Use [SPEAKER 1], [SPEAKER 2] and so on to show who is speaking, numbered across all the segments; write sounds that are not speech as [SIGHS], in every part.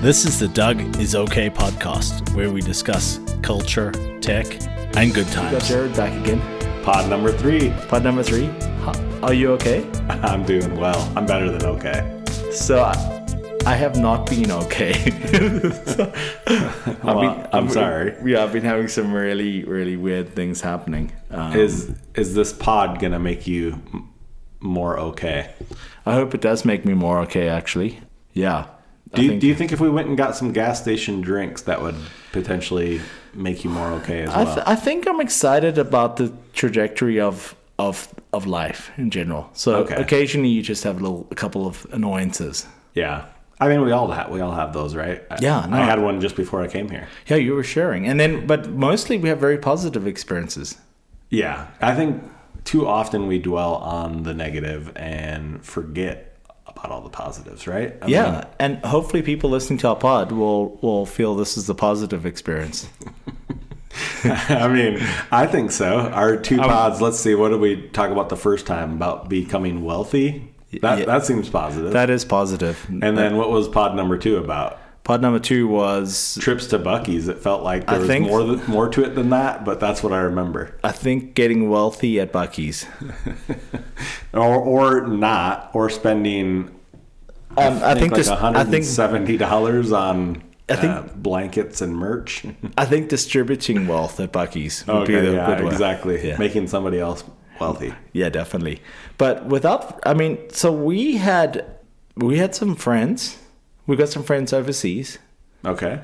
[SPEAKER 1] This is the Doug is Okay podcast, where we discuss culture, tech, and good
[SPEAKER 2] Got
[SPEAKER 1] times.
[SPEAKER 2] Jared back again.
[SPEAKER 3] Pod number three. [LAUGHS]
[SPEAKER 2] Pod number three. Ha- Are you okay?
[SPEAKER 3] I'm doing well. I'm better than okay.
[SPEAKER 2] So I, I have not been okay. [LAUGHS] So, I've
[SPEAKER 3] Well, I'm sorry.
[SPEAKER 2] Yeah, I've been having some really, really weird things happening. Um,
[SPEAKER 3] Is is this pod gonna make you m- more okay?
[SPEAKER 2] I hope it does make me more okay, actually. Yeah.
[SPEAKER 3] Do
[SPEAKER 2] I
[SPEAKER 3] you,
[SPEAKER 2] think,
[SPEAKER 3] do you think if we went and got some gas station drinks, that would potentially make you more okay as
[SPEAKER 2] I,
[SPEAKER 3] well?
[SPEAKER 2] th- I think I'm excited about the trajectory of of of life in general. So
[SPEAKER 3] Okay.
[SPEAKER 2] occasionally you just have a little, a couple of annoyances.
[SPEAKER 3] yeah. I mean, we all have we all have those, right? I-
[SPEAKER 2] Yeah, no.
[SPEAKER 3] I had one just before I came here.
[SPEAKER 2] Yeah, you were sharing, and then but mostly we have very positive experiences.
[SPEAKER 3] Yeah, I think too often we dwell on the negative and forget about all the positives, right? I
[SPEAKER 2] Yeah,
[SPEAKER 3] mean,
[SPEAKER 2] and hopefully people listening to our pod will will feel this is the positive experience.
[SPEAKER 3] I mean, I think so. Our two pods. Let's see. What did we talk about the first time about becoming wealthy? That
[SPEAKER 2] Yeah.
[SPEAKER 3] that seems positive.
[SPEAKER 2] That is positive.
[SPEAKER 3] and then what was pod number two about?
[SPEAKER 2] Pod number two was
[SPEAKER 3] Trips to Bucky's. It felt like there
[SPEAKER 2] I
[SPEAKER 3] was
[SPEAKER 2] think-
[SPEAKER 3] more th- more to it than that, but that's what I remember.
[SPEAKER 2] I think getting wealthy at Bucky's.
[SPEAKER 3] Or or not, or spending.
[SPEAKER 2] Um, I think
[SPEAKER 3] like
[SPEAKER 2] this. I think
[SPEAKER 3] $170 on
[SPEAKER 2] I think-
[SPEAKER 3] uh, blankets and merch. [LAUGHS]
[SPEAKER 2] I think distributing wealth at Bucky's would be the
[SPEAKER 3] okay, yeah,
[SPEAKER 2] good way.
[SPEAKER 3] exactly.
[SPEAKER 2] Yeah.
[SPEAKER 3] Making somebody else wealthy.
[SPEAKER 2] Yeah, definitely. But without, I mean, so we had we had some friends. We got some friends overseas,
[SPEAKER 3] Okay.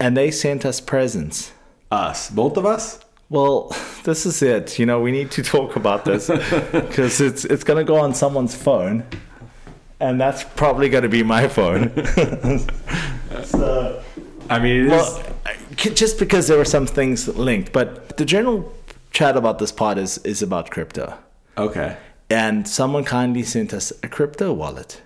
[SPEAKER 2] and they sent us presents.
[SPEAKER 3] Us, both of us?
[SPEAKER 2] Well, [LAUGHS] this is it. You know, we need to talk about
[SPEAKER 3] [LAUGHS]
[SPEAKER 2] this because it's it's gonna go on someone's phone, and that's probably gonna be my
[SPEAKER 3] [LAUGHS]
[SPEAKER 2] phone. so,
[SPEAKER 3] I mean, it is
[SPEAKER 2] well, c- just because there were some things linked, but the general chat about this pod is is about crypto,
[SPEAKER 3] Okay.
[SPEAKER 2] and someone kindly sent us a crypto wallet.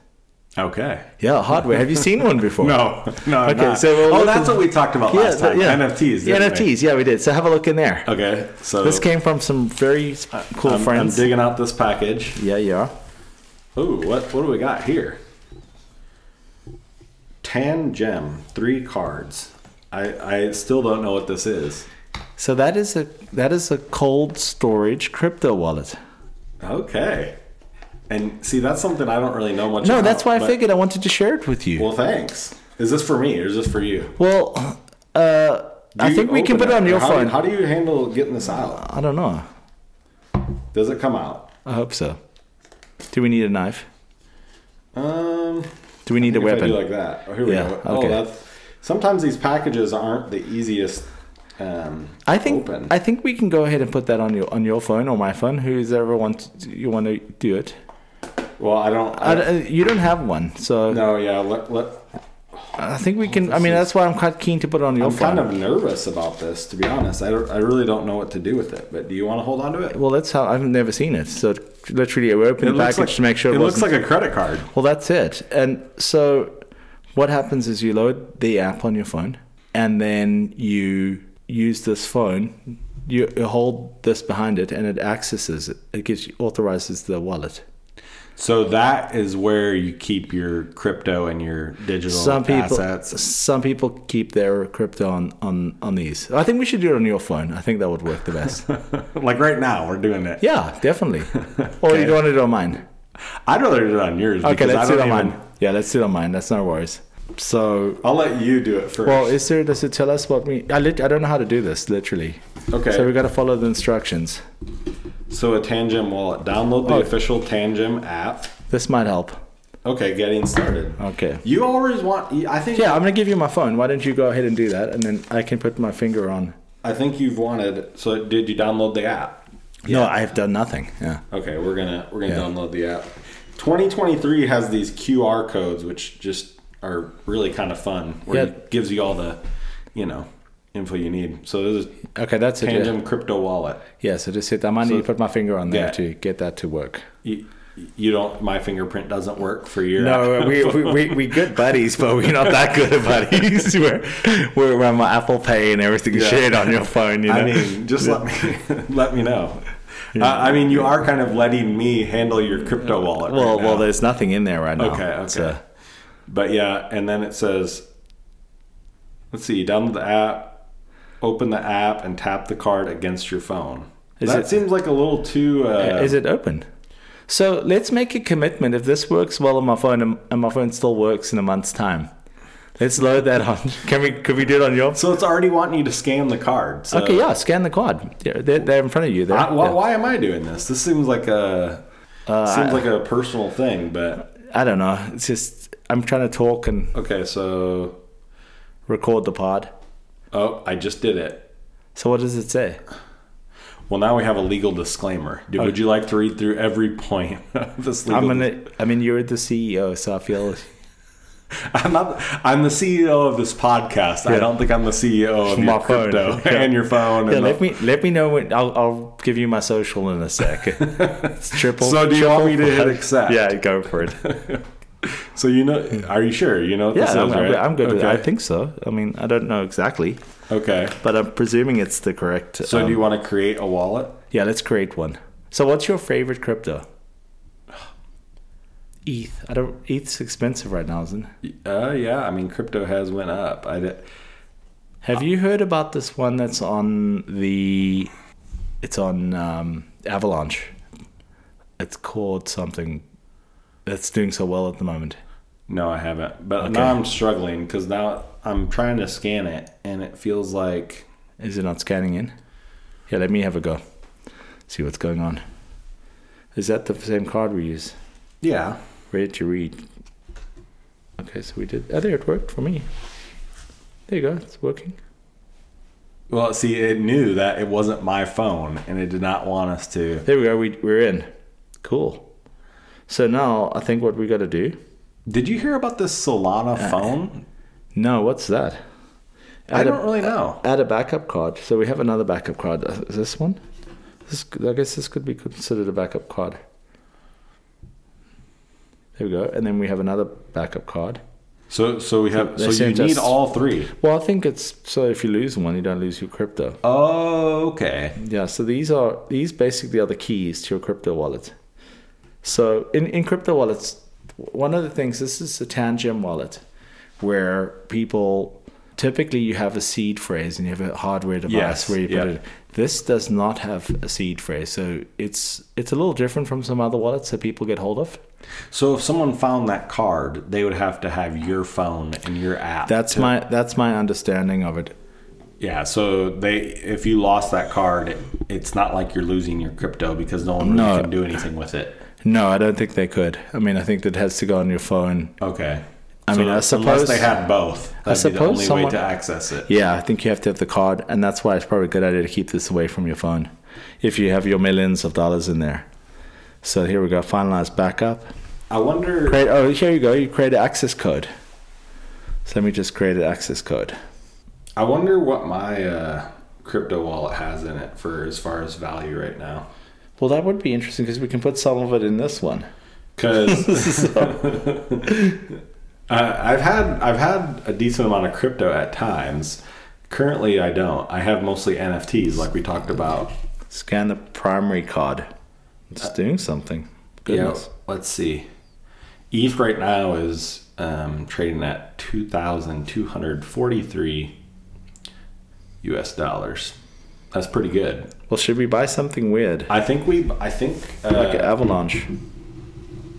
[SPEAKER 3] Okay.
[SPEAKER 2] Yeah, hardware. Have you seen one before?
[SPEAKER 3] [LAUGHS] No, no. I'm
[SPEAKER 2] Okay,
[SPEAKER 3] not.
[SPEAKER 2] so we'll
[SPEAKER 3] oh,
[SPEAKER 2] look
[SPEAKER 3] that's
[SPEAKER 2] at-
[SPEAKER 3] what we talked about last
[SPEAKER 2] th-
[SPEAKER 3] time. NFTs.
[SPEAKER 2] Yeah,
[SPEAKER 3] didn't
[SPEAKER 2] NFTs. Yeah, we did. So have a look in there.
[SPEAKER 3] We? Okay, so
[SPEAKER 2] This came from some very s- cool
[SPEAKER 3] I'm, I'm
[SPEAKER 2] friends.
[SPEAKER 3] digging out this package.
[SPEAKER 2] yeah, yeah.
[SPEAKER 3] Ooh, what what do we got here? Tan gem, three cards. I I still don't know what this is.
[SPEAKER 2] So that is a that is a cold storage crypto wallet.
[SPEAKER 3] Okay, and see that's something I don't really know much.
[SPEAKER 2] No,
[SPEAKER 3] about,
[SPEAKER 2] that's why I
[SPEAKER 3] but-
[SPEAKER 2] figured I wanted to share it with you. Well,
[SPEAKER 3] Well, thanks. Is this for me or is this for you?
[SPEAKER 2] uh,
[SPEAKER 3] Do
[SPEAKER 2] I
[SPEAKER 3] you
[SPEAKER 2] think we can
[SPEAKER 3] open
[SPEAKER 2] put it on
[SPEAKER 3] or
[SPEAKER 2] your
[SPEAKER 3] how
[SPEAKER 2] phone.
[SPEAKER 3] Do, how do you handle getting this out?
[SPEAKER 2] I don't know.
[SPEAKER 3] Does it come out?
[SPEAKER 2] I hope so. Do we need a knife?
[SPEAKER 3] Um.
[SPEAKER 2] Do we need a
[SPEAKER 3] If I
[SPEAKER 2] weapon?
[SPEAKER 3] do like that. Oh, here we
[SPEAKER 2] Yeah,
[SPEAKER 3] go.
[SPEAKER 2] okay.
[SPEAKER 3] Oh, that's, sometimes these packages aren't the easiest. Um,
[SPEAKER 2] I think
[SPEAKER 3] Open.
[SPEAKER 2] I think we can go ahead and put that on your on your phone or my phone. Who's ever want you want to do it?
[SPEAKER 3] well, I don't. I,
[SPEAKER 2] I don't- you don't have one, so
[SPEAKER 3] no, yeah. Let, let,
[SPEAKER 2] I think we can. I mean, that's why I'm quite keen to put it on your
[SPEAKER 3] I'm
[SPEAKER 2] phone.
[SPEAKER 3] kind of nervous about this, to be honest. I, don't- I really don't know what to do with it. But do you want to hold on to it?
[SPEAKER 2] well, that's how I've never seen it. So literally, we opened the package to make sure it,
[SPEAKER 3] it looks
[SPEAKER 2] wasn't.
[SPEAKER 3] like a credit card.
[SPEAKER 2] well, that's it. And so, what happens is you load the app on your phone, and then you use this phone. You you hold this behind it, and it accesses it. It gives you, authorizes the wallet.
[SPEAKER 3] So that is where you keep your crypto and your digital
[SPEAKER 2] Some people,
[SPEAKER 3] assets.
[SPEAKER 2] some people keep their crypto on, on on these. I think we should do it on your phone. I think that would work the [LAUGHS] best.
[SPEAKER 3] like right now, we're doing it.
[SPEAKER 2] yeah, [LAUGHS] definitely. Or you
[SPEAKER 3] Okay.
[SPEAKER 2] don't want to do it on mine.
[SPEAKER 3] I'd rather do it on yours.
[SPEAKER 2] Okay,
[SPEAKER 3] because
[SPEAKER 2] let's
[SPEAKER 3] I
[SPEAKER 2] do it
[SPEAKER 3] don't
[SPEAKER 2] on
[SPEAKER 3] even-
[SPEAKER 2] mine. Yeah, let's do it on mine. That's no worries. So,
[SPEAKER 3] I'll let you do it first.
[SPEAKER 2] well, is there? Does it tell us what we? I lit, I don't know how to do this literally.
[SPEAKER 3] okay.
[SPEAKER 2] So we got to follow the instructions.
[SPEAKER 3] So a Tangem wallet. Download the
[SPEAKER 2] Oh.
[SPEAKER 3] official Tangem app.
[SPEAKER 2] This might help.
[SPEAKER 3] Okay, getting started.
[SPEAKER 2] Okay.
[SPEAKER 3] You always want. I think.
[SPEAKER 2] Oh. Yeah, I'm gonna give you my phone. Why don't you go ahead and do that, and then I can put my finger on.
[SPEAKER 3] I think you've wanted. So did you download the app?
[SPEAKER 2] No, I have done nothing. Yeah.
[SPEAKER 3] Okay, we're gonna we're gonna
[SPEAKER 2] Yeah.
[SPEAKER 3] download the app. 2023 has these QR codes, which just are really kind of fun. Where
[SPEAKER 2] Yeah.
[SPEAKER 3] it gives you all the, you know, info you need. So this is
[SPEAKER 2] Okay, that's it. Yeah.
[SPEAKER 3] Tangem crypto wallet.
[SPEAKER 2] yeah. So just hit. I might need to put my finger on there
[SPEAKER 3] Yeah.
[SPEAKER 2] to get that to work.
[SPEAKER 3] You, you don't. My fingerprint doesn't work for your.
[SPEAKER 2] No, uh, we, we, we, we good buddies, but we're not that good of buddies. [LAUGHS] We're, we're, we're on my Apple Pay and everything's
[SPEAKER 3] Yeah.
[SPEAKER 2] shared on your phone, you know?
[SPEAKER 3] I mean, just let me [LAUGHS] let me know. Uh, I mean, you are kind of letting me handle your crypto wallet.
[SPEAKER 2] well, well,
[SPEAKER 3] right now. uh,
[SPEAKER 2] there's nothing in there right now.
[SPEAKER 3] okay, okay.
[SPEAKER 2] So,
[SPEAKER 3] But yeah, and then it says Let's see. Download the app, open the app, and tap the card against your phone.
[SPEAKER 2] Is
[SPEAKER 3] that
[SPEAKER 2] it-
[SPEAKER 3] seems like a little too. Uh,
[SPEAKER 2] Is it open? So let's make a commitment. If this works well on my phone and my phone still works in a month's time, let's load that on. [LAUGHS] Can we? Could we do it on yours?
[SPEAKER 3] So it's already wanting you to scan the card. So
[SPEAKER 2] Okay, yeah. Scan the quad. Yeah, They're, they're in front of you. They're-
[SPEAKER 3] I, why,
[SPEAKER 2] yeah. Uh,
[SPEAKER 3] why am I doing this? This seems like a seems like a personal thing, but
[SPEAKER 2] I don't know. It's just I'm trying to talk and
[SPEAKER 3] okay. So
[SPEAKER 2] record the pod.
[SPEAKER 3] oh, I just did it.
[SPEAKER 2] So what does it say?
[SPEAKER 3] Well, now we have a legal disclaimer. Do, Would you like to read through every point [LAUGHS] of this legal?
[SPEAKER 2] Oh. I'm gonna. I mean, you're the CEO, so I feel.
[SPEAKER 3] I'm not. I'm the CEO of this podcast. I
[SPEAKER 2] Yeah.
[SPEAKER 3] don't think I'm the CEO of
[SPEAKER 2] My
[SPEAKER 3] your
[SPEAKER 2] phone.
[SPEAKER 3] crypto
[SPEAKER 2] [LAUGHS] Yeah.
[SPEAKER 3] and your
[SPEAKER 2] [LAUGHS]
[SPEAKER 3] phone.
[SPEAKER 2] Yeah,
[SPEAKER 3] and
[SPEAKER 2] let
[SPEAKER 3] the-
[SPEAKER 2] me let me know when I'll, I'll give you my social in a [LAUGHS] sec. It's triple. [LAUGHS]
[SPEAKER 3] So do you want me
[SPEAKER 2] triple-
[SPEAKER 3] to hit accept?
[SPEAKER 2] Yeah, go for it.
[SPEAKER 3] So you know? Are you sure? You know what
[SPEAKER 2] Yeah,
[SPEAKER 3] this is,
[SPEAKER 2] I'm,
[SPEAKER 3] right?
[SPEAKER 2] I'm good
[SPEAKER 3] Okay.
[SPEAKER 2] with it. I think so. I mean, I don't know exactly,
[SPEAKER 3] Okay.
[SPEAKER 2] but I'm presuming it's the correct.
[SPEAKER 3] So
[SPEAKER 2] um,
[SPEAKER 3] do you want to create a wallet?
[SPEAKER 2] yeah, let's create one. So what's your favorite
[SPEAKER 3] [SIGHS]
[SPEAKER 2] crypto? ETH. I don't. ETH's expensive right now, isn't it?
[SPEAKER 3] Uh, yeah. I mean, crypto has went up. I did.
[SPEAKER 2] Have you heard about this one that's on the? It's on um, Avalanche. It's called something. That's doing so well at the moment.
[SPEAKER 3] No, I haven't. But
[SPEAKER 2] Okay.
[SPEAKER 3] now I'm struggling because now I'm trying to scan it, and it feels like
[SPEAKER 2] Is it not scanning in? Yeah, let me have a go. See what's going on. Is that the same card we use?
[SPEAKER 3] yeah.
[SPEAKER 2] Ready to read. Okay, so we did. Oh, there it worked for me. There you go. It's working.
[SPEAKER 3] Well, see, it knew that it wasn't my phone, and it did not want us to.
[SPEAKER 2] There we go. We, we're in. Cool. So now I think what we got to do.
[SPEAKER 3] Did you hear about this Solana
[SPEAKER 2] Uh,
[SPEAKER 3] phone?
[SPEAKER 2] No, what's that?
[SPEAKER 3] I
[SPEAKER 2] Add a-
[SPEAKER 3] don't really know.
[SPEAKER 2] add a backup card. So we have another backup card. Uh, Is this one? This, I guess this could be considered a backup card. There we go. And then we have another backup card.
[SPEAKER 3] So, so we have.
[SPEAKER 2] They
[SPEAKER 3] So you
[SPEAKER 2] sent us-
[SPEAKER 3] need all three.
[SPEAKER 2] Well, I think it's so if you lose one, you don't lose your crypto.
[SPEAKER 3] Oh, okay.
[SPEAKER 2] Yeah. So these are these basically are the keys to your crypto wallet. So in in crypto wallets, one of the things this is a Tangem wallet, where people typically you have a seed phrase and you have a hardware device
[SPEAKER 3] Yes,
[SPEAKER 2] where you put
[SPEAKER 3] yeah.
[SPEAKER 2] it. This does not have a seed phrase, so it's it's a little different from some other wallets that people get hold of.
[SPEAKER 3] So if someone found that card, they would have to have your phone and your app.
[SPEAKER 2] That's my that's my understanding of it.
[SPEAKER 3] yeah. So they, if you lost that card, it, it's not like you're losing your crypto because no one really
[SPEAKER 2] No.
[SPEAKER 3] can do anything with it.
[SPEAKER 2] No, I don't think they could. I mean, I think that has to go on your phone
[SPEAKER 3] Okay.
[SPEAKER 2] I mean, I
[SPEAKER 3] unless
[SPEAKER 2] suppose-
[SPEAKER 3] they had both, that'd be the
[SPEAKER 2] suppose
[SPEAKER 3] only way
[SPEAKER 2] someone-
[SPEAKER 3] to access it.
[SPEAKER 2] Yeah, I think you have to have the card, and that's why it's probably a good idea to keep this away from your phone if you have your millions of dollars in there. So here we go, finalize backup.
[SPEAKER 3] I wonder.
[SPEAKER 2] Create, oh, here you go, you create an access code. So let me just create an access code.
[SPEAKER 3] I wonder what my uh, crypto wallet has in it for as far as value right now.
[SPEAKER 2] Well, that would be interesting because we can put some of it in this one.
[SPEAKER 3] Because [LAUGHS] I've had I've had a decent amount of crypto at times. Currently, I don't. I have mostly NFTs, like we talked about.
[SPEAKER 2] Scan the primary card. It's doing something. Goodness.
[SPEAKER 3] Yeah, let's see. ETH right now is um, trading at two thousand two hundred forty-three U.S. dollars. That's pretty good.
[SPEAKER 2] Well, should we buy something weird?
[SPEAKER 3] I think we. I think. Uh,
[SPEAKER 2] Like an avalanche.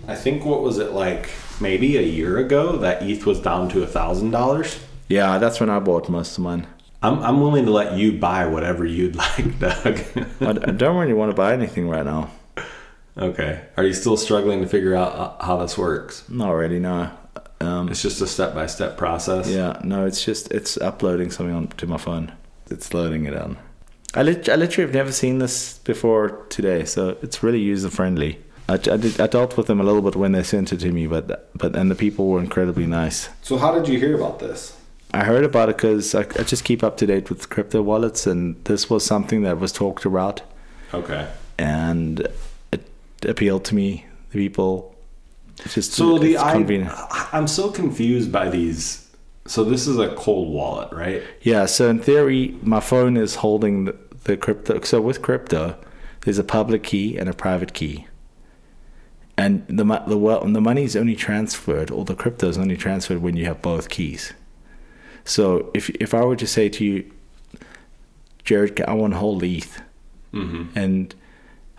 [SPEAKER 3] I think what was it like? Maybe a year ago that ETH was down to a thousand dollars.
[SPEAKER 2] Yeah, that's when I bought most of mine.
[SPEAKER 3] I'm I'm willing to let you buy whatever you'd [LAUGHS] like, Doug.
[SPEAKER 2] I I don't really want to buy anything right now.
[SPEAKER 3] okay. Are you still struggling to figure out uh, how this works?
[SPEAKER 2] Not really, no. Um,
[SPEAKER 3] It's just a step by step process.
[SPEAKER 2] Yeah, no, it's just it's uploading something onto my phone. It's loading it on. I, lit- I literally have never seen this before today, so it's really user friendly. I, I, did, I dealt with them a little bit when they sent it to me, but but and the people were incredibly nice.
[SPEAKER 3] So how did you hear about this?
[SPEAKER 2] I heard about it because I, I just keep up to date with crypto wallets, and this was something that was talked about,
[SPEAKER 3] Okay.
[SPEAKER 2] and it appealed to me. The people, it's just
[SPEAKER 3] So the
[SPEAKER 2] it's
[SPEAKER 3] I,
[SPEAKER 2] convenient.
[SPEAKER 3] I'm so confused by these. So this is a cold wallet, right?
[SPEAKER 2] Yeah, so in theory, my phone is holding the, the crypto. So with crypto, there's a public key and a private key, and the mo- the well, the money is only transferred, or the crypto is only transferred when you have both keys. So if if I were to say to you, Jared, I want whole ETH,
[SPEAKER 3] Mm-hmm.
[SPEAKER 2] and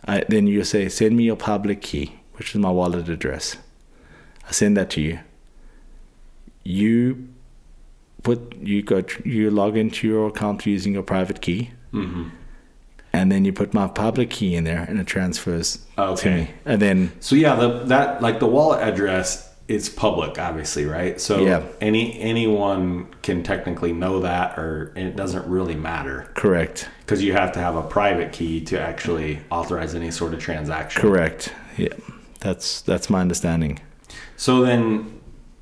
[SPEAKER 2] I, then you say, send me your public key, which is my wallet address. I send that to you. You put you go tr- you log into your account using your private key,
[SPEAKER 3] Mm-hmm.
[SPEAKER 2] and then you put my public key in there, and it transfers to
[SPEAKER 3] Okay.
[SPEAKER 2] me. And then
[SPEAKER 3] So yeah, the that like the wallet address is public, obviously, right? So
[SPEAKER 2] Yeah.
[SPEAKER 3] any anyone can technically know that, or and it doesn't really matter
[SPEAKER 2] correct,
[SPEAKER 3] because you have to have a private key to actually authorize any sort of transaction.
[SPEAKER 2] correct, yeah. That's that's my understanding.
[SPEAKER 3] So then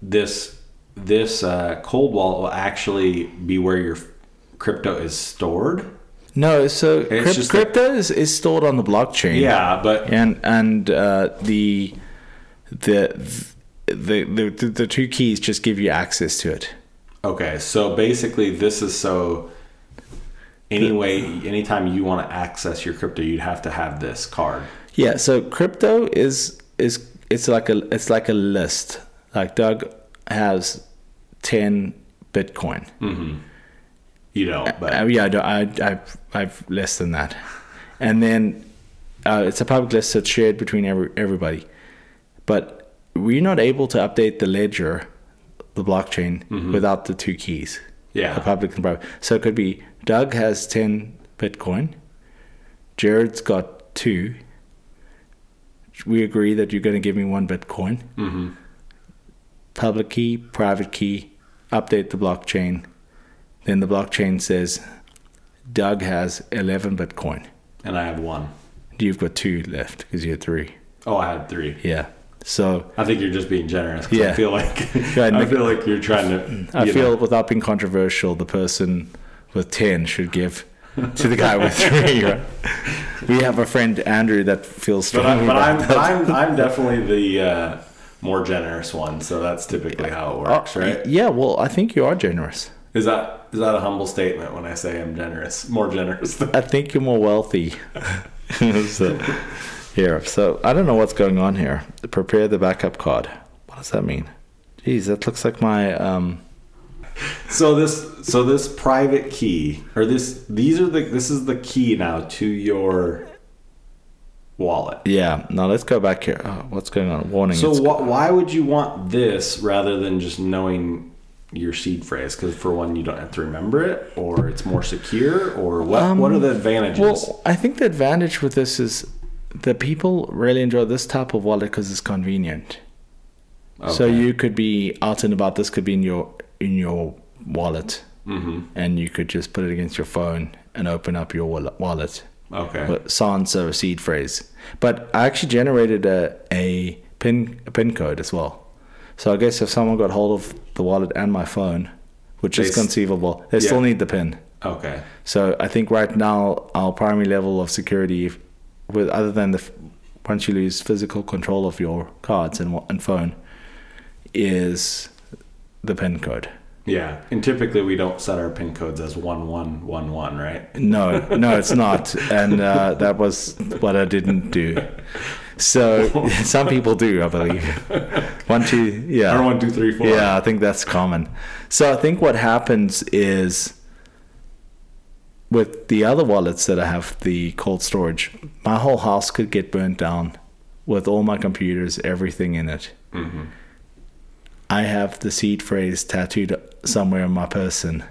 [SPEAKER 3] this this uh, cold wallet will actually be where your crypto is stored.
[SPEAKER 2] No, so crypt-
[SPEAKER 3] just that-
[SPEAKER 2] crypto is, is stored on the blockchain.
[SPEAKER 3] Yeah, but
[SPEAKER 2] and and uh, the the the the the two keys just give you access to it.
[SPEAKER 3] Okay, so basically, this is so. Anyway, anytime you want to access your crypto, you'd have to have this card.
[SPEAKER 2] Yeah. So crypto is is it's like a it's like a list. Like Doug has ten Bitcoin.
[SPEAKER 3] You don't, but
[SPEAKER 2] Uh, yeah, I, don't- I I I've less than that, and then uh, it's a public list, so it's shared between every, everybody. But we're not able to update the ledger, the blockchain, without the two keys.
[SPEAKER 3] Yeah.
[SPEAKER 2] a public and private. So it could be Doug has ten Bitcoin, Jared's got two. We agree that you're going to give me one Bitcoin. Public key, private key, update the blockchain. Then the blockchain says, Doug has 11 Bitcoin.
[SPEAKER 3] and I have one.
[SPEAKER 2] You've got two left because you had three.
[SPEAKER 3] Oh, I had three.
[SPEAKER 2] Yeah. So
[SPEAKER 3] I think you're just being generous. 'cause I
[SPEAKER 2] Yeah.
[SPEAKER 3] feel
[SPEAKER 2] [LAUGHS]
[SPEAKER 3] like
[SPEAKER 2] Go ahead,
[SPEAKER 3] I
[SPEAKER 2] Nick.
[SPEAKER 3] feel like you're trying to.
[SPEAKER 2] I
[SPEAKER 3] you
[SPEAKER 2] feel
[SPEAKER 3] know.
[SPEAKER 2] without being controversial, the person with 10 should give to the guy with
[SPEAKER 3] [LAUGHS]
[SPEAKER 2] three. right? We have a friend, Andrew, that feels
[SPEAKER 3] but
[SPEAKER 2] strongly
[SPEAKER 3] I'm but I'm,
[SPEAKER 2] about
[SPEAKER 3] but
[SPEAKER 2] that. [LAUGHS]
[SPEAKER 3] I'm I'm definitely the uh, more generous one. So that's typically how it
[SPEAKER 2] Uh,
[SPEAKER 3] works, right?
[SPEAKER 2] Yeah, well, I think you are generous.
[SPEAKER 3] Is that is that a humble statement when I say I'm generous, more generous than
[SPEAKER 2] I think you're more wealthy. [LAUGHS] so, here, so I don't know what's going on here. Prepare the backup card. What does that mean? Jeez, that looks like my. Um,
[SPEAKER 3] So this so this private key or this these are the this is the key now to your wallet.
[SPEAKER 2] yeah, now let's go back here. Oh, what's going on? Warning.
[SPEAKER 3] So
[SPEAKER 2] it's-
[SPEAKER 3] wh- why would you want this rather than just knowing your seed phrase? Because for one, you don't have to remember it, or it's more secure, or what?
[SPEAKER 2] Um,
[SPEAKER 3] what are the advantages?
[SPEAKER 2] Well, I think the advantage with this is the people really enjoy this type of wallet because it's convenient. So
[SPEAKER 3] Okay.
[SPEAKER 2] you could be out and about. This could be in your in your wallet,
[SPEAKER 3] Mhm.
[SPEAKER 2] and you could just put it against your phone and open up your wallet. wallet.
[SPEAKER 3] okay.
[SPEAKER 2] But sans a seed phrase. But I actually generated a, a pin a pin code as well. So I guess if someone got hold of the wallet and my phone, which
[SPEAKER 3] They
[SPEAKER 2] is
[SPEAKER 3] s-
[SPEAKER 2] conceivable, they still
[SPEAKER 3] Yeah.
[SPEAKER 2] need the pin.
[SPEAKER 3] okay.
[SPEAKER 2] So I think right now our primary level of security, if- with other than the f- once you lose physical control of your cards and wha- and phone, is the pin code.
[SPEAKER 3] Yeah, and typically we don't set our pin codes as one one one one, right?
[SPEAKER 2] No, [LAUGHS] no, it's not, and uh, that was what I didn't do. So [LAUGHS] some people do, I believe. One, two, yeah.
[SPEAKER 3] Or one two three four.
[SPEAKER 2] Yeah, I think that's common. So I think what happens is with the other wallets that I have, the cold storage, my whole house could get burnt down with all my computers, everything in it.
[SPEAKER 3] Mhm.
[SPEAKER 2] I have the seed phrase tattooed somewhere on my person.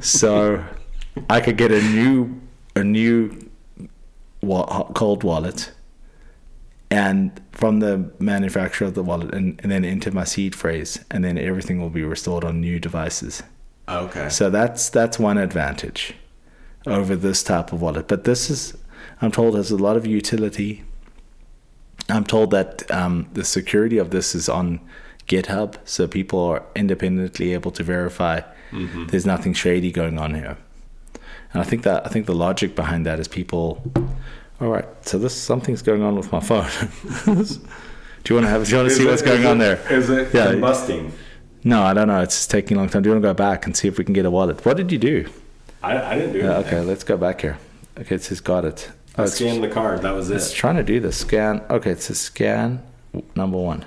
[SPEAKER 2] so I could get a new a new wa- hot- cold wallet and from the manufacturer of the wallet and, and then enter my seed phrase and then everything will be restored on new devices.
[SPEAKER 3] Okay.
[SPEAKER 2] So that's that's one advantage over this type of wallet. But this is, I'm told, has a lot of utility. I'm told that um, the security of this is on GitHub, so people are independently able to verify there's nothing shady going on here. And I think that I think the logic behind that is people, all right, so this something's going on with my phone. [LAUGHS] do you want to have? Do you want to
[SPEAKER 3] Is
[SPEAKER 2] see
[SPEAKER 3] it-
[SPEAKER 2] what's going
[SPEAKER 3] is
[SPEAKER 2] on
[SPEAKER 3] it-
[SPEAKER 2] there?
[SPEAKER 3] Is it
[SPEAKER 2] Yeah.
[SPEAKER 3] combusting?
[SPEAKER 2] No, I don't know. It's just taking a long time. Do you want to go back and see if we can get a wallet? What did you do?
[SPEAKER 3] I, I didn't do
[SPEAKER 2] Yeah,
[SPEAKER 3] anything.
[SPEAKER 2] okay, let's go back here. Okay, it says got it. Oh,
[SPEAKER 3] I
[SPEAKER 2] it's,
[SPEAKER 3] scanned the card. That was
[SPEAKER 2] it's
[SPEAKER 3] it.
[SPEAKER 2] trying to do the scan. Okay, it says scan number one.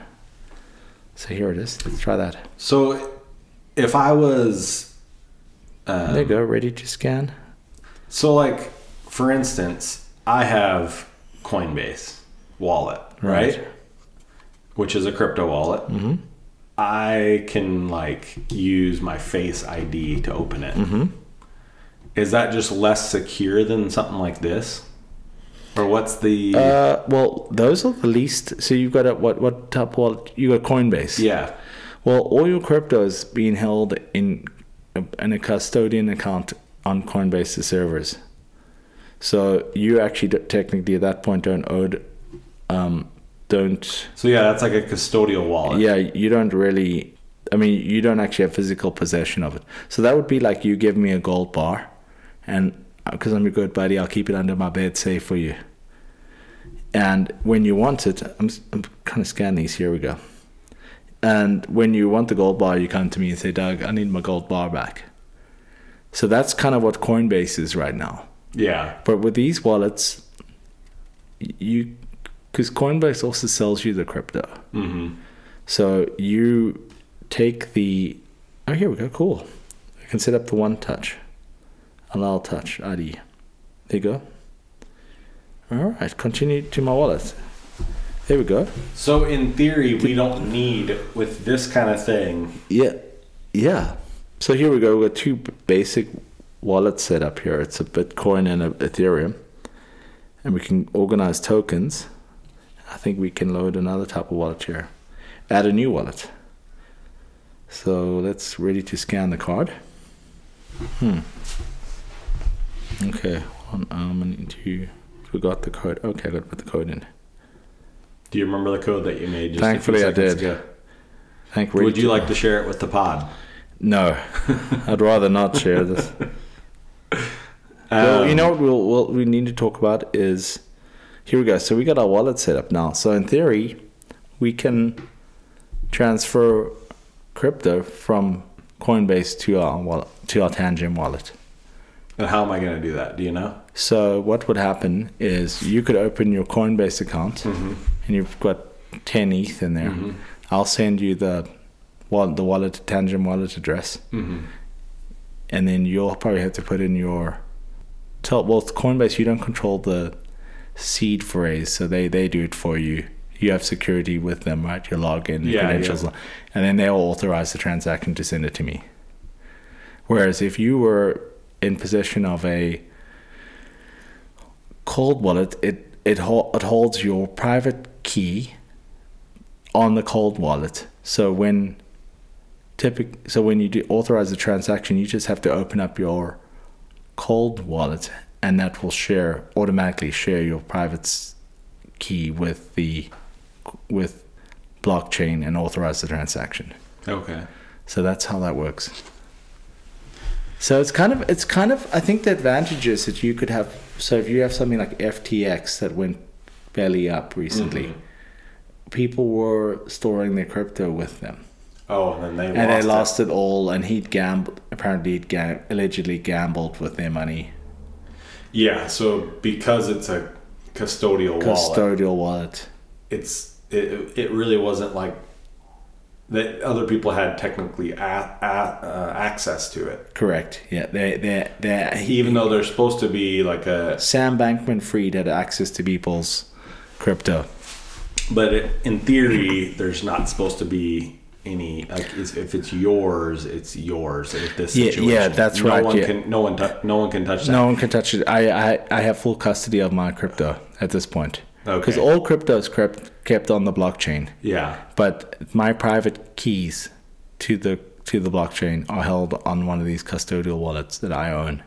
[SPEAKER 2] So here it is. Let's try that.
[SPEAKER 3] So if I was um,
[SPEAKER 2] there you go, ready to scan.
[SPEAKER 3] So, like, for instance, I have Coinbase wallet, right?
[SPEAKER 2] Right.
[SPEAKER 3] Which is a crypto wallet. Mm-hmm. I can, like, use my face ID to open it. Is that just less secure than something like this? Or what's the.
[SPEAKER 2] Uh, well, those are the least. So you've got a, what what top wallet? You got Coinbase.
[SPEAKER 3] yeah.
[SPEAKER 2] Well, all your crypto is being held in in a custodian account on Coinbase's servers. So you actually d- technically at that point don't owe, um, don't
[SPEAKER 3] So, yeah, that's like a custodial wallet.
[SPEAKER 2] yeah, you don't really. I mean, you don't actually have physical possession of it. So that would be like you give me a gold bar, and because I'm your good buddy, I'll keep it under my bed safe for you. And when you want it, I'm, s- I'm kind of scanning these. Here we go. And when you want the gold bar, you come to me and say, Doug, I need my gold bar back. So that's kind of what Coinbase is right now.
[SPEAKER 3] Yeah.
[SPEAKER 2] But with these wallets, y- you because Coinbase also sells you the crypto.
[SPEAKER 3] hmm
[SPEAKER 2] So you take the. Oh, here we go. Cool. I can set up the one touch. Allow touch ID. There you go. All right. Continue to my wallet. There we go.
[SPEAKER 3] So, in theory, we don't need, with this kind of thing,
[SPEAKER 2] Yeah. Yeah. So here we go. We've got two b- basic wallets set up here. It's a Bitcoin and a Ethereum. And we can organize tokens. I think we can load another type of wallet here. Add a new wallet. So let's ready to scan the card. Hmm. Okay. One arm and two. Forgot the code. Okay, I got to put the code in.
[SPEAKER 3] do you remember the code that you made just
[SPEAKER 2] Thankfully,
[SPEAKER 3] a
[SPEAKER 2] I
[SPEAKER 3] few seconds
[SPEAKER 2] did.
[SPEAKER 3] ago?
[SPEAKER 2] Thank
[SPEAKER 3] Would
[SPEAKER 2] ready
[SPEAKER 3] you
[SPEAKER 2] to-
[SPEAKER 3] like to share it with the pod?
[SPEAKER 2] No, I'd rather not share this. well, you know what we'll, we'll, we need to talk about is here we go. So we got our wallet set up now. So in theory, we can transfer crypto from Coinbase to our wallet to our Tangent wallet.
[SPEAKER 3] And how am I going to do that? Do you know?
[SPEAKER 2] So what would happen is you could open your Coinbase account,
[SPEAKER 3] Mm-hmm.
[SPEAKER 2] and you've got ten ETH in there. I'll send you the wallet, the wallet Tangent wallet address,
[SPEAKER 3] Mm-hmm.
[SPEAKER 2] and then you'll probably have to put in your. Tell well, it's Coinbase you don't control the seed phrase, so they they do it for you. You have security with them, right? Your login, your
[SPEAKER 3] Yeah,
[SPEAKER 2] credentials,
[SPEAKER 3] yeah.
[SPEAKER 2] and then they'll authorize the transaction to send it to me. Whereas if you were in possession of a cold wallet, it it, hol- it holds your private key on the cold wallet. So when typic- so when you do authorize a transaction, you just have to open up your cold wallet, and that will share automatically share your private s- key with the with blockchain and authorize the transaction.
[SPEAKER 3] Okay.
[SPEAKER 2] So that's how that works. So it's kind of it's kind of I think the advantage is that you could have so if you have something like FTX that went belly up recently,
[SPEAKER 3] Mm-hmm.
[SPEAKER 2] people were storing their crypto with them.
[SPEAKER 3] Oh, and then they
[SPEAKER 2] And
[SPEAKER 3] lost.
[SPEAKER 2] they
[SPEAKER 3] it.
[SPEAKER 2] lost it. all and he'd gambled apparently he'd ga- allegedly gambled with their money.
[SPEAKER 3] Yeah. So because it's a custodial wallet,
[SPEAKER 2] Custodial wallet.
[SPEAKER 3] it's it, it really wasn't like that. Other people had technically a, a, uh, access to it,
[SPEAKER 2] Correct. Yeah. They they they he,
[SPEAKER 3] even though they're supposed to be like a.
[SPEAKER 2] Sam Bankman Fried had access to people's crypto.
[SPEAKER 3] But it, in theory, there's not supposed to be any like it's, if it's yours, it's yours. If this
[SPEAKER 2] Yeah, yeah,
[SPEAKER 3] situation,
[SPEAKER 2] that's
[SPEAKER 3] no
[SPEAKER 2] right,
[SPEAKER 3] One
[SPEAKER 2] yeah.
[SPEAKER 3] can, no one, tou- no one can touch that.
[SPEAKER 2] No one can touch it. I, I, I have full custody of my crypto at this point. Because
[SPEAKER 3] Okay.
[SPEAKER 2] all crypto is kept, kept on the blockchain,
[SPEAKER 3] Yeah.
[SPEAKER 2] but my private keys to the to the blockchain are held on one of these custodial wallets that I own.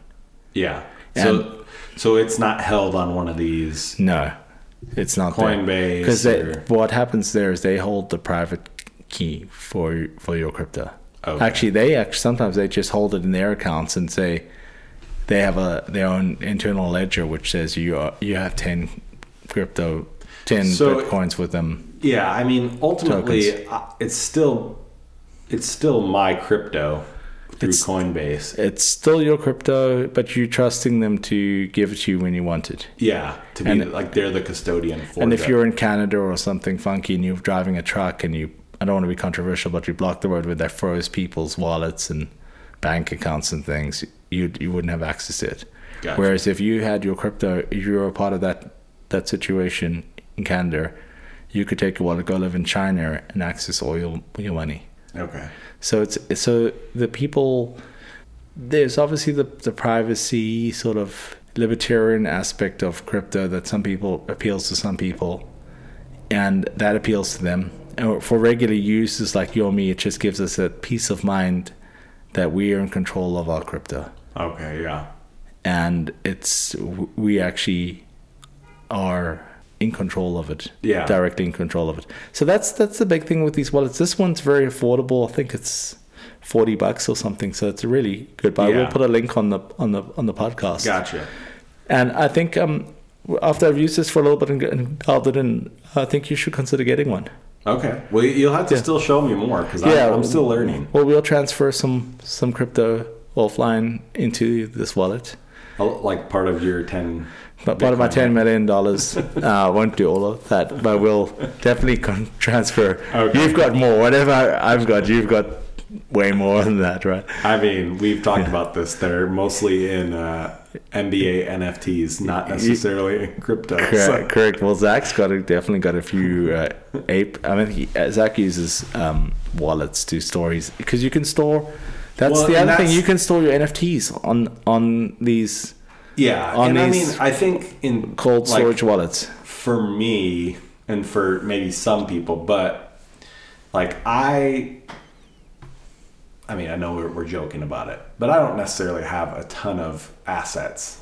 [SPEAKER 3] Yeah. so so it's not held on one of these.
[SPEAKER 2] No, it's not
[SPEAKER 3] Coinbase
[SPEAKER 2] Because
[SPEAKER 3] or-
[SPEAKER 2] what happens there is they hold the private key for for your crypto.
[SPEAKER 3] Okay.
[SPEAKER 2] Actually, they actually sometimes they just hold it in their accounts and say they have a their own internal ledger which says you are you have ten crypto, ten
[SPEAKER 3] So-
[SPEAKER 2] bitcoins with them.
[SPEAKER 3] Yeah, I mean, ultimately, I it's still it's still my crypto through
[SPEAKER 2] It's-
[SPEAKER 3] Coinbase.
[SPEAKER 2] It's still your crypto, but you're trusting them to give it to you when you want it.
[SPEAKER 3] Yeah, to be
[SPEAKER 2] And-
[SPEAKER 3] like they're the custodian for.
[SPEAKER 2] and if
[SPEAKER 3] the-
[SPEAKER 2] you're in Canada or something funky and you're driving a truck and you I don't want to be controversial, but you block the road where they froze people's wallets and bank accounts and things, you you wouldn't have access to it.
[SPEAKER 3] Gotcha.
[SPEAKER 2] Whereas if you had your crypto, if you were a part of that that situation in Canada, you could take a wallet, go live in China, and access all your your money.
[SPEAKER 3] Okay.
[SPEAKER 2] So it's so the people there's obviously the the privacy sort of libertarian aspect of crypto that some people appeals to some people and that appeals to them. And for regular users like you or me, it just gives us a peace of mind that we are in control of our crypto.
[SPEAKER 3] Okay. Yeah.
[SPEAKER 2] And it's w- we actually are in control of it.
[SPEAKER 3] Yeah.
[SPEAKER 2] Directly in control of it. So that's that's the big thing with these wallets. This one's very affordable. I think it's forty bucks or something. So it's a really good buy. We'll
[SPEAKER 3] Yeah.
[SPEAKER 2] put a link on the on the on the podcast.
[SPEAKER 3] Gotcha.
[SPEAKER 2] And I think um after I've used this for a little bit and, and dialed it in, I think you should consider getting one.
[SPEAKER 3] Okay. Well, you'll have to still show me more because I'm, I'm still learning.
[SPEAKER 2] Well, we'll transfer some some crypto offline into this wallet.
[SPEAKER 3] I- Like part of your ten.
[SPEAKER 2] But part of my
[SPEAKER 3] Bitcoin.
[SPEAKER 2] ten million dollars
[SPEAKER 3] [LAUGHS]
[SPEAKER 2] uh, won't do all of that, but we'll definitely con- transfer.
[SPEAKER 3] Okay.
[SPEAKER 2] You've got more. Whatever I've got, you've got way more than that, right?
[SPEAKER 3] I mean, we've talked about this. They're mostly in uh, MBA NFTs, not necessarily in crypto.
[SPEAKER 2] Correct.
[SPEAKER 3] So,
[SPEAKER 2] correct. Well, Zach's got a, definitely got a few uh, ape. I mean, he, uh, Zach uses um, wallets to store his because you can store. That's
[SPEAKER 3] Well,
[SPEAKER 2] the
[SPEAKER 3] and
[SPEAKER 2] other thing.
[SPEAKER 3] that's-
[SPEAKER 2] You can store your NFTs on on these
[SPEAKER 3] yeah.
[SPEAKER 2] On
[SPEAKER 3] and I mean,
[SPEAKER 2] these
[SPEAKER 3] I think in
[SPEAKER 2] cold
[SPEAKER 3] like,
[SPEAKER 2] storage wallets.
[SPEAKER 3] for me and for maybe some people, but like I, I mean, I know we're, we're joking about it, but I don't necessarily have a ton of assets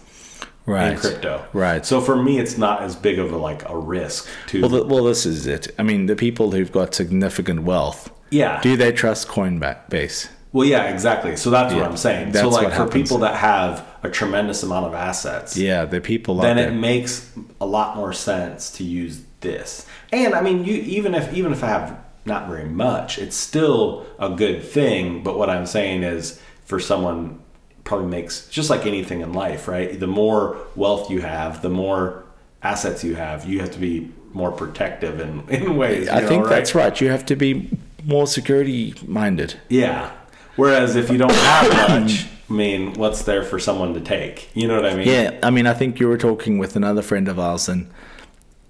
[SPEAKER 3] in crypto.
[SPEAKER 2] Right.
[SPEAKER 3] So for me, it's not as big of a like a risk to.
[SPEAKER 2] Well, th well, this is it. I mean, the people who've got significant wealth,
[SPEAKER 3] yeah.
[SPEAKER 2] do they trust Coinbase?
[SPEAKER 3] well, yeah, exactly. So that's what I'm saying.
[SPEAKER 2] That's
[SPEAKER 3] so like
[SPEAKER 2] what
[SPEAKER 3] for
[SPEAKER 2] happens.
[SPEAKER 3] people that have a tremendous amount of assets,
[SPEAKER 2] Yeah, the people out
[SPEAKER 3] then
[SPEAKER 2] there.
[SPEAKER 3] it makes a lot more sense to use this. And I mean, you even if even if I have not very much, it's still a good thing. But what I'm saying is, for someone, probably makes just like anything in life, right? The more wealth you have, the more assets you have, you have to be more protective in, in ways.
[SPEAKER 2] I
[SPEAKER 3] you know,
[SPEAKER 2] think
[SPEAKER 3] right?
[SPEAKER 2] that's right. You have to be more security minded.
[SPEAKER 3] yeah. Whereas if you
[SPEAKER 2] [COUGHS]
[SPEAKER 3] don't have much, I mean, what's there for someone to take? You know what I mean?
[SPEAKER 2] Yeah, I mean, I think you were talking with another friend of ours, and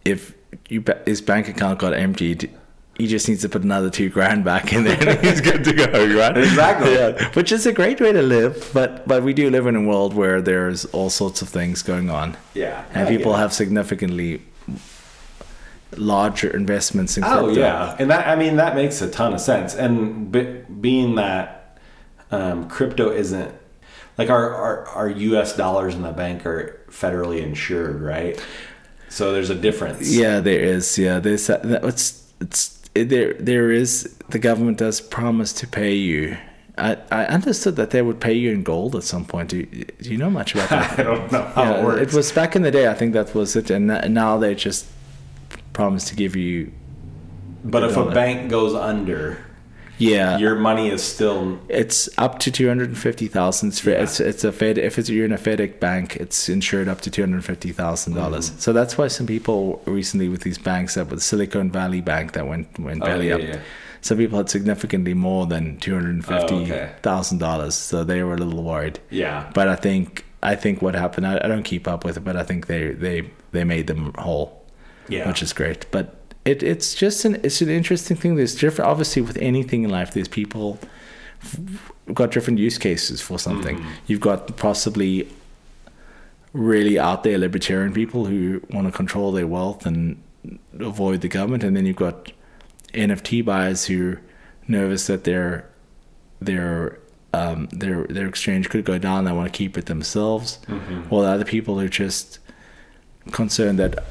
[SPEAKER 2] if you, ba- his bank account got emptied, he just needs to put another two grand back in there, and he's good to go, right?
[SPEAKER 3] [LAUGHS] Exactly.
[SPEAKER 2] Yeah, which is a great way to live, but but we do live in a world where there's all sorts of things going on.
[SPEAKER 3] Yeah.
[SPEAKER 2] and
[SPEAKER 3] I get
[SPEAKER 2] people
[SPEAKER 3] it.
[SPEAKER 2] have significantly larger investments in
[SPEAKER 3] Oh
[SPEAKER 2] crypto.
[SPEAKER 3] yeah, and that I mean that makes a ton of sense. And be, being that um, crypto isn't like our, our our U.S. dollars in the bank are federally insured, right? So there's a difference.
[SPEAKER 2] Yeah, there is. Yeah, there's that. that- It's it's it, there. There is the government does promise to pay you. I, I understood that they would pay you in gold at some point. Do you, do you know much about
[SPEAKER 3] [LAUGHS]
[SPEAKER 2] that?
[SPEAKER 3] [LAUGHS] I don't know how
[SPEAKER 2] Yeah,
[SPEAKER 3] it works.
[SPEAKER 2] it was back in the day. I think that was it, and tha- now they just promise to give you.
[SPEAKER 3] but if a
[SPEAKER 2] dollar.
[SPEAKER 3] bank goes under,
[SPEAKER 2] Yeah,
[SPEAKER 3] your money is still
[SPEAKER 2] it's up to two hundred and fifty thousand. It's, fa- it's it's a Fed. If it's you're in a FedEx bank, it's insured up to two hundred fifty thousand dollars.
[SPEAKER 3] Mm.
[SPEAKER 2] So that's why some people recently with these banks that with Silicon Valley Bank that went went
[SPEAKER 3] Oh,
[SPEAKER 2] belly
[SPEAKER 3] yeah,
[SPEAKER 2] up.
[SPEAKER 3] yeah.
[SPEAKER 2] Some people had significantly more than two hundred fifty
[SPEAKER 3] Oh, okay.
[SPEAKER 2] thousand dollars, so they were a little worried.
[SPEAKER 3] yeah.
[SPEAKER 2] But I think I think what happened. I, I don't keep up with it, but I think they they they made them whole
[SPEAKER 3] Yeah.
[SPEAKER 2] which is great. But it, it's just an it's an interesting thing. There's different, obviously, with anything in life. There's people who've got different use cases for something. You've got possibly really out there libertarian people who want to control their wealth and avoid the government, and then you've got NFT buyers who are nervous that their their um, their their exchange could go down. They want to keep it themselves, while the other people are just concerned that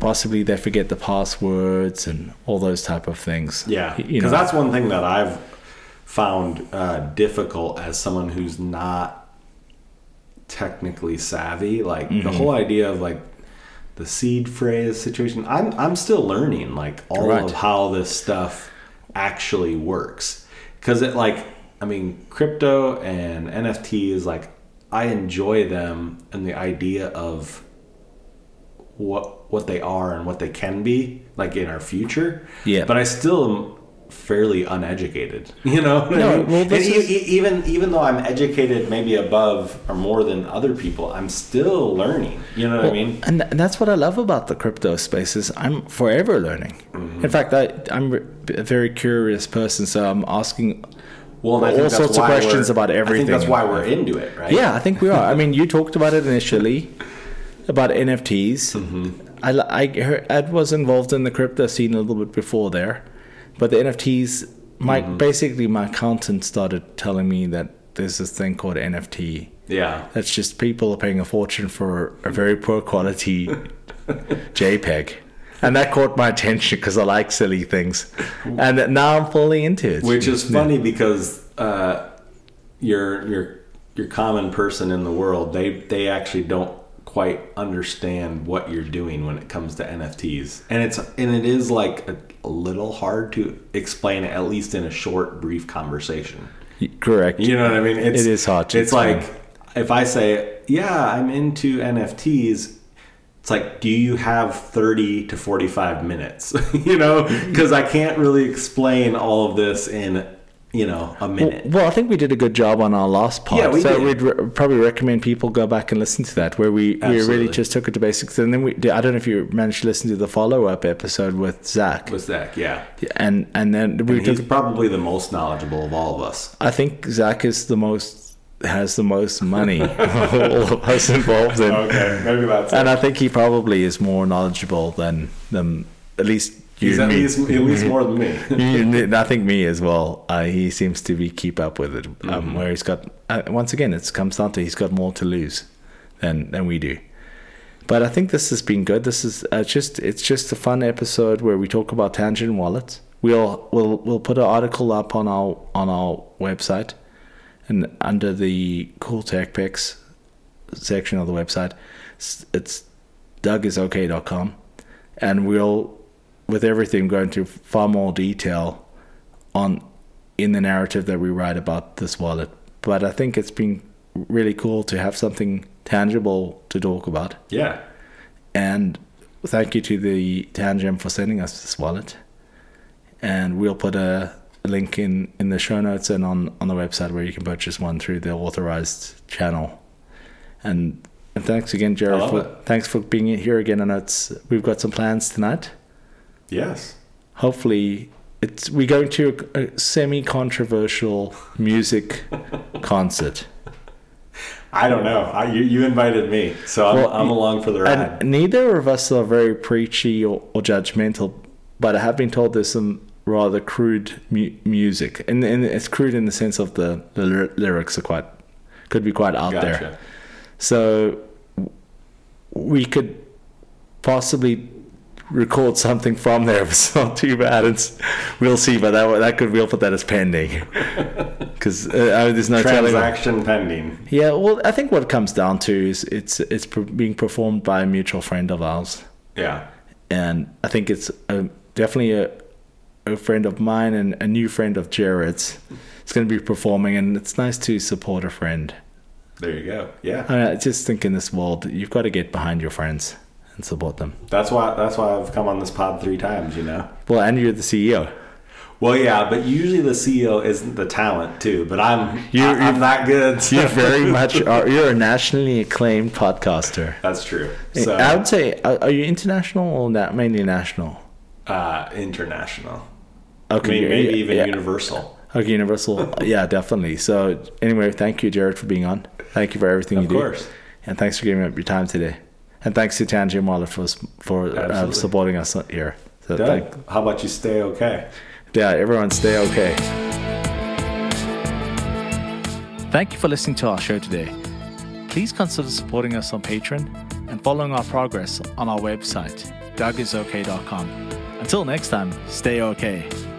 [SPEAKER 2] possibly they forget the passwords and all those type of things.
[SPEAKER 3] Yeah,
[SPEAKER 2] you know,
[SPEAKER 3] because that's one thing that I've found uh, difficult as someone who's not technically savvy. Like
[SPEAKER 2] Mm-hmm.
[SPEAKER 3] the whole idea of like the seed phrase situation. I'm I'm still learning like all
[SPEAKER 2] Right.
[SPEAKER 3] of how this stuff actually works because it like I mean crypto and NFTs like I enjoy them and the idea of what what they are and what they can be like in our future.
[SPEAKER 2] Yeah.
[SPEAKER 3] But I still am fairly uneducated. [LAUGHS] You know, what I
[SPEAKER 2] No,
[SPEAKER 3] mean?
[SPEAKER 2] well,
[SPEAKER 3] and
[SPEAKER 2] this
[SPEAKER 3] e-
[SPEAKER 2] is-
[SPEAKER 3] e- even even though I'm educated, maybe above or more than other people, I'm still learning. You know what I mean?
[SPEAKER 2] and, th- and that's what I love about the crypto space is I'm forever learning.
[SPEAKER 3] Mm-hmm.
[SPEAKER 2] In fact, I, I'm re- a very curious person, so I'm asking.
[SPEAKER 3] Well, and I
[SPEAKER 2] all
[SPEAKER 3] think that's
[SPEAKER 2] sorts of
[SPEAKER 3] why
[SPEAKER 2] questions
[SPEAKER 3] we're-
[SPEAKER 2] about
[SPEAKER 3] I think that's
[SPEAKER 2] everything.
[SPEAKER 3] why we're into it, right?
[SPEAKER 2] Yeah, I think we are. I mean, you talked about it initially about NFTs.
[SPEAKER 3] Mm-hmm.
[SPEAKER 2] I, li- I heard, Ed was involved in the crypto scene a little bit before there, but the NFTs. My
[SPEAKER 3] Mm-hmm.
[SPEAKER 2] basically, my accountant started telling me that there's this thing called NFT.
[SPEAKER 3] yeah.
[SPEAKER 2] That's just people are paying a fortune for a very poor
[SPEAKER 3] [LAUGHS]
[SPEAKER 2] quality JPEG. And that caught my attention because I like silly things. And now I'm fully into it.
[SPEAKER 3] Which is funny because uh, your your your common person in the world they they actually don't quite understand what you're doing when it comes to NFTs, and it's and it is like a, a little hard to explain at least in a short, brief conversation.
[SPEAKER 2] Correct.
[SPEAKER 3] You know what I mean? It's,
[SPEAKER 2] It is hard to
[SPEAKER 3] it's
[SPEAKER 2] explain.
[SPEAKER 3] like if I say, "Yeah, I'm into NFTs." It's like, do you have 30 to 45 minutes? [LAUGHS] you know,
[SPEAKER 2] Mm-hmm.
[SPEAKER 3] because I can't really explain all of this in, you know, a
[SPEAKER 2] Well,
[SPEAKER 3] minute.
[SPEAKER 2] well, I think we did a good job on our last part.
[SPEAKER 3] Yeah, we
[SPEAKER 2] so
[SPEAKER 3] did.
[SPEAKER 2] we'd re- probably recommend people go back and listen to that, where we, we really
[SPEAKER 3] Absolutely.
[SPEAKER 2] just took it to basics. And then we, I don't know if you managed to listen to the follow up episode with Zach,
[SPEAKER 3] What's that? Yeah.
[SPEAKER 2] and and then we took
[SPEAKER 3] He's probably the most knowledgeable of all of us.
[SPEAKER 2] I think Zach is the most has the most money [LAUGHS] of all of us involved in,
[SPEAKER 3] Okay, maybe that's
[SPEAKER 2] and I think he probably is more knowledgeable than than at least you
[SPEAKER 3] He's
[SPEAKER 2] and
[SPEAKER 3] at
[SPEAKER 2] me.
[SPEAKER 3] least, at
[SPEAKER 2] [LAUGHS]
[SPEAKER 3] least more than me. [LAUGHS]
[SPEAKER 2] You and- I think me as well. Uh, he seems to be keep up with it. Um,
[SPEAKER 3] Mm-hmm.
[SPEAKER 2] Where he's got uh, once again, it comes down to he's got more to lose than than we do. But I think this has been good. This is uh, just it's just a fun episode where we talk about tangent wallets. We'll we'll we'll put an article up on our on our website, and under the cool tech picks section of the website, s- it's dougisok.com, and we'll with everything go into far more detail on in the narrative that we write about this wallet. But I think it's been really cool to have something tangible to talk about.
[SPEAKER 3] Yeah.
[SPEAKER 2] And thank you to the Tangem for sending us this wallet. And we'll put a link in, in the show notes and on, on the website where you can purchase one through the authorized channel. And, and thanks again,
[SPEAKER 3] I
[SPEAKER 2] Jared.
[SPEAKER 3] love
[SPEAKER 2] For,
[SPEAKER 3] it.
[SPEAKER 2] thanks for being here again. I know it's, we've got some plans tonight.
[SPEAKER 3] Yes.
[SPEAKER 2] Hopefully, it's we're going to a, a semi-controversial music concert.
[SPEAKER 3] I don't know. I, you, you invited me, so I'm,
[SPEAKER 2] Well,
[SPEAKER 3] I'm along for the ride.
[SPEAKER 2] And neither of us are very preachy or, or judgmental, but I have been told there's some rather crude mu- music, and, and it's crude in the sense of the, the lyr- lyrics are quite could be quite out there. So w- we could possibly record something from there [LAUGHS] if it's not too bad. It's, we'll see, but that that could we'll put that as pending [LAUGHS] because uh, there's no telling.
[SPEAKER 3] Transaction pending.
[SPEAKER 2] Yeah, well, I think what it comes down to is it's it's per- being performed by a mutual friend of ours,
[SPEAKER 3] Yeah.
[SPEAKER 2] and I think it's a, definitely a a friend of mine and a new friend of Jared's. It's going to be performing, and it's nice to support a friend.
[SPEAKER 3] There you go. Yeah.
[SPEAKER 2] I, I just think in this world, you've got to get behind your friends and support them.
[SPEAKER 3] That's why that's why I've come on this pod three times, you know.
[SPEAKER 2] Well, and you're the E CEO.
[SPEAKER 3] Well, yeah, but usually the CEO isn't the talent too. But I'm
[SPEAKER 2] You-
[SPEAKER 3] I, am
[SPEAKER 2] you-
[SPEAKER 3] not
[SPEAKER 2] [LAUGHS]
[SPEAKER 3] good. so-
[SPEAKER 2] You
[SPEAKER 3] [LAUGHS]
[SPEAKER 2] very much are. You're a nationally acclaimed podcaster.
[SPEAKER 3] That's true.
[SPEAKER 2] I
[SPEAKER 3] So
[SPEAKER 2] would say, are are you international or na- mainly national?
[SPEAKER 3] uh, international. I
[SPEAKER 2] Okay,
[SPEAKER 3] mean,
[SPEAKER 2] you're-
[SPEAKER 3] maybe even
[SPEAKER 2] yeah.
[SPEAKER 3] universal.
[SPEAKER 2] Okay, Universal. yeah, definitely. So, anyway, thank you, Jared, for being on. Thank you for everything you
[SPEAKER 3] Of
[SPEAKER 2] do.
[SPEAKER 3] course.
[SPEAKER 2] And thanks for giving up your time today. And thanks to Tanji Waller for for uh,
[SPEAKER 3] Absolutely.
[SPEAKER 2] supporting us here. So,
[SPEAKER 3] Doug,
[SPEAKER 2] thank,
[SPEAKER 3] how about you stay okay?
[SPEAKER 2] yeah, everyone stay okay. Thank you for listening to our show today. Please consider supporting us on Patreon and following our progress on our website, dougisok.com. Until next time, stay okay.